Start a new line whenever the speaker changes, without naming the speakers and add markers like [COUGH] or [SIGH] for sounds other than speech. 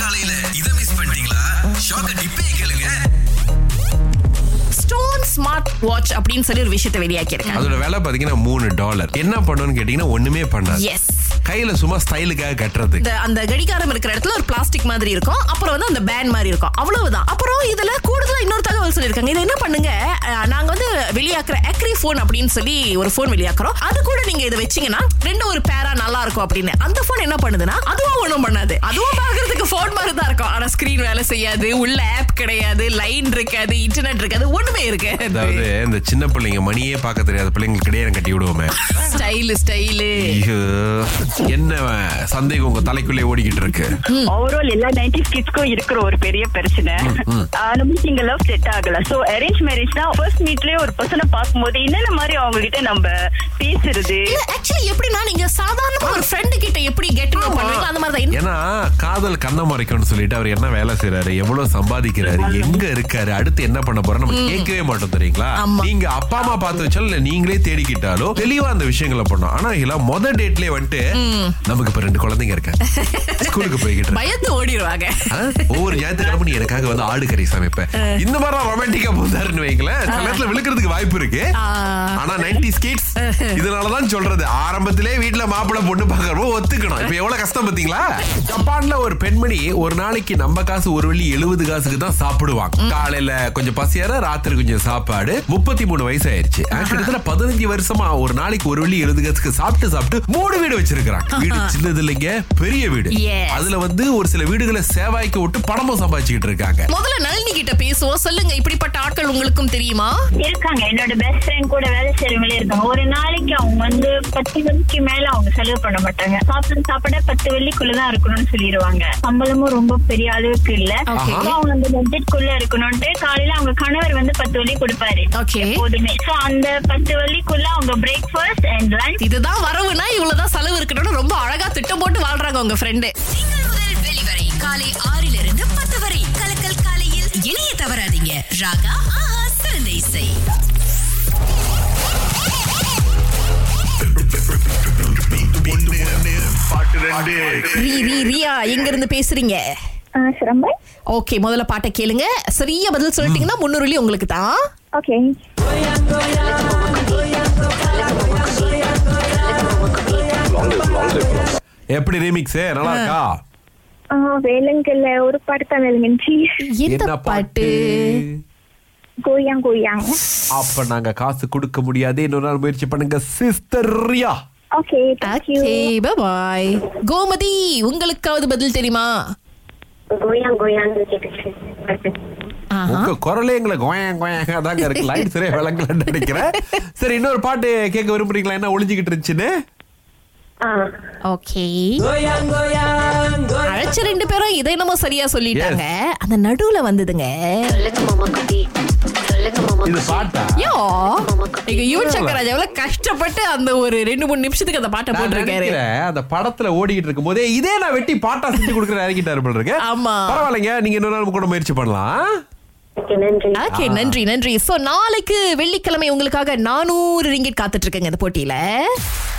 காலையில இதை மிஸ் பண்ணிட்டீங்களா ஷாக்க டிப்பே கேளுங்க
ஸ்டோன் ஸ்மார்ட் வாட்ச் அப்படின்னு சொல்லி ஒரு விஷயத்தை வெளியாக்கியிருக்காங்க
அதோட விலை பாத்தீங்கன்னா மூணு டாலர் என்ன பண்ணுன்னு கேட்டீங்கன்னா ஒண்ணுமே பண்ணாது
எஸ்
கையில சும்மா ஸ்டைலுக்காக கட்டுறது
அந்த கடிகாரம் இருக்கிற இடத்துல ஒரு பிளாஸ்டிக் மாதிரி இருக்கும் அப்புறம் வந்து அந்த பேண்ட் மாதிரி இருக்கும் அவ்வளவுதான் அப்புறம் இதுல கூடுதலா இன்னொரு தகவல் சொல்லியிருக்காங்க இதை என்ன பண்ணுங்க அஹ், நாங்க வந்து வெளியாக்குற அக்ரி ஃபோன் அப்படின்னு சொல்லி ஒரு ஃபோன் வெளியாக்குறோம் அது கூட நீங்க இதை வச்சீங்கன்னா ரெண்டு ஒரு பேரா நல்லா இருக்கும் அப்படின்னு அந்த ஃபோன் என்ன பண்ணுதுன்னா அதுவும் ஒண்ணும் பண்ணாது அதுவும் பாக்குறதுக்கு ஃபோன் மாதிரி தான் இருக்கும் ஆனா ஸ்கிரீன் வேலை செய்யாது உள்ள ஆப் கிடையாது லைன் இருக்காது இன்டர்நெட் இருக்காது ஒண்ணுமே
அதாவது
இருக்காது
இந்த சின்ன பிள்ளைங்க மணியே பார்க்க தெரியாத பிள்ளைங்களுக்கு இடையே கட்டி விடுவோமே
ஸ்டைலு ஸ்டைலு
ஐயோ, என்ன சந்தேகம் உங்க தலைக்குள்ளே ஓடிக்கிட்டு இருக்கு
ஓவரால் எல்லா நைன்டிஸ் கிட்ஸ்க்கும் இருக்கிற ஒரு பெரிய பிரச்சனை ஆஹ் நம்மளுக்கு இங்க லவ் செட் ஆகல சோ அரேஞ்ச் மேரேஜ் தான் ஃபர்ஸ்ட் மீட்லயே ஒரு பர்சனை பார்க்கும்போது என்னென்ன மாதிரி அவங்ககிட்ட நம்ம பேசுறது
இல்ல ஆக்சுவலி எப்படின்னா நீங்க சாதாரணமா ஒரு ஃப்ரெண்டு கிட்ட எப்படி கெட் நோ பண்ணுவீங்க அந்த மாதிரி தான்
ஏன்னா காதல் கண்ண மறைக்கும்னு சொல்லிட்டு அவர் என்ன வேலை செய்யறாரு எவ்வளவு சம்பாதிக்கிறாரு எங்க இருக்காரு அடுத்து என்ன பண்ண போறோம் நம்ம கேட்கவே மாட்டோம் தெரியுங்களா
ஆமா.
நீங்க அப்பா அம்மா பார்த்து வச்சாலும் இல்ல நீங்களே தேடிக்கிட்டாலும் தெளிவா அந்த விஷயங்களை பண்ணோம் ஆனா இதெல்லாம் முத டேட்லயே வந்துட்டு நமக்கு இப்ப ரெண்டு குழந்தைங்க இருக்காங்க ஸ்கூலுக்கு போய்கிட்டு
[LAUGHS]
இருக்கு.
பயந்து ஓடிடுவாங்க
ஆ, ஒவ்வொரு ஞாயிற்றுக்கிழமை நீ எனக்காக வந்து ஆடு கறி சமைப்பேன் இந்த மாதிரி ரொமான்டிக்கா போதாருன்னு வைங்களேன் சில நேரத்துல விழுக்கிறதுக்கு வாய்ப்பு இருக்கு ஆனா 90s கிட்ஸ் இதனாலதான் சொல்றது ஆரம்பத்திலே வீட்ல மாப்பிள்ளை பொண்ணு பாக்கறப்போ ஒத்துக்கணும் இப்ப எவ்வளவு கஷ்டம் பாத்தீங்களா ஜப்பான்ல ஒரு பெண்மணி ஒரு நாளைக்கு நம்ம காசு ஒரு வெள்ளி எழுபது காசுக்கு தான் சாப்பிடுவாங்க காலையில கொஞ்சம் பசியார ராத்திரி கொஞ்சம் சாப்பாடு முப்பத்தி மூணு வயசு ஆயிருச்சு ஆனா, கிட்டத்தட்ட பதினஞ்சு வருஷமா ஒரு நாளைக்கு ஒரு வெள்ளி எழுபது காசுக்கு சாப்பிட்டு சாப்பிட்டு மூணு வீடு வச்சிருக்காங்க வீடு சின்னது இல்லைங்க பெரிய வீடு
Yes.
அதுல வந்து ஒரு சில வீடுகளை சேவாய்க்கு விட்டு பணமும் சம்பாதிச்சுக்கிட்டு இருக்காங்க
முதல்ல நளினி கிட்ட பேசுவோம் சொல்லுங்க இப்படிப்பட்ட ஆட்கள் உங்களுக்கும் தெரியுமா
இருக்காங்க என்னோட பெஸ்ட் ஃப்ரெண்ட் கூட வேலை செய்றவங்களே இருக்காங்க ஒரு நாளைக்கு அவங்க வந்து பத்து வெள்ளிக்கு மேல அவங்க செலவு பண்ண மாட்டாங்க சாப்பிட சாப்பிட பத்து வெள்ளிக்குள்ளதான் இருக்கணும்னு சொல்லிடுவாங்க சம்பளமும் ரொம்ப பெரிய அளவுக்கு இல்ல
Okay.
So, அவங்க அந்த பட்ஜெட் குள்ள இருக்கணும்ட்டு காலையில அவங்க கணவர் வந்து பத்து வெள்ளி கொடுப்பாரு
ஓகே
எப்போதுமே சோ அந்த பத்து வெள்ளிக்குள்ள அவங்க பிரேக்ஃபாஸ்ட் அண்ட் லஞ்ச்
இதுதான் வரவுனா இவ்வளவுதான் செலவு இருக்கணும்னு ரொம்ப அழகா திட்டம் போட்டு வாழ்றாங்க உங்க ஃப்ரெண்டு
திங்கள் முதல் வெளிவரை காலை ஆறிலிருந்து பத்து வரை கலக்கல் காலையில் இணைய தவறாதீங்க ராகா ஆஹா சிறந்த இசை
ரீ ரீ ரியா எங்க இருந்து பேசுறீங்க
சிரம்பை
ஓகே முதல்ல பாட்டை கேளுங்க சரியா பதில் சொல்லிட்டீங்கன்னா முன்னுரிலி உங்களுக்கு தான்
ஓகே
எப்படி ரீமிக்ஸ் நல்லா இருக்கா
வேலங்கல்ல ஒரு படத்தான் எழுந்துச்சு
எந்த பாட்டு
கோயாங் கோயாங்
அப்ப நாங்க காசு கொடுக்க முடியாது இன்னொரு நாள் முயற்சி பண்ணுங்க sister Riya
okay
okay bye Gomathi உங்களுக்காவது பதில் தெரியுமா
கோயாங் கோயாங்
ஆஹா
உங்க குரலே எங்களை கோயங் கோயங்க தாங்க இருக்கு
[LAUGHS]
லைட் சரியா விளங்கலன்னு நினைக்கிறேன் சரி இன்னொரு பாட்டு கேட்க விரும்புறீங்களா என்ன ஒளிஞ்சுக்கிட்டு இருந்துச்சுன்னு
ஓகே அழைச்ச ரெண்டு பேரும் இதை என்னமோ சரியா சொல்லிட்டாங்க அந்த நடுவுல வந்ததுங்க
இது பாட்டா
யோ எங்க யுவன் சங்கர் ராஜா எவ்வளவு கஷ்டப்பட்டு அந்த ஒரு ரெண்டு மூணு நிமிஷத்துக்கு அந்த பாட்டை
நான்
போட்டிருக்காரு
நினைக்கிறேன், அந்த படத்துல ஓடிக்கிட்டு இருக்கும் போதே இதே நான் வெட்டி பாட்டா செஞ்சு கொடுக்குற இறக்கிட்டாரு போல இருக்கு
ஆமா.
பரவாயில்லைங்க நீங்க இன்னொரு நாள் கூட முயற்சி பண்ணலாம்
ஓகே நன்றி நன்றி சோ நாளைக்கு வெள்ளிக்கிழமை உங்களுக்காக நானூறு ரிங்கிட் காத்துட்டு இருக்கேங்க இந்த போட்டியில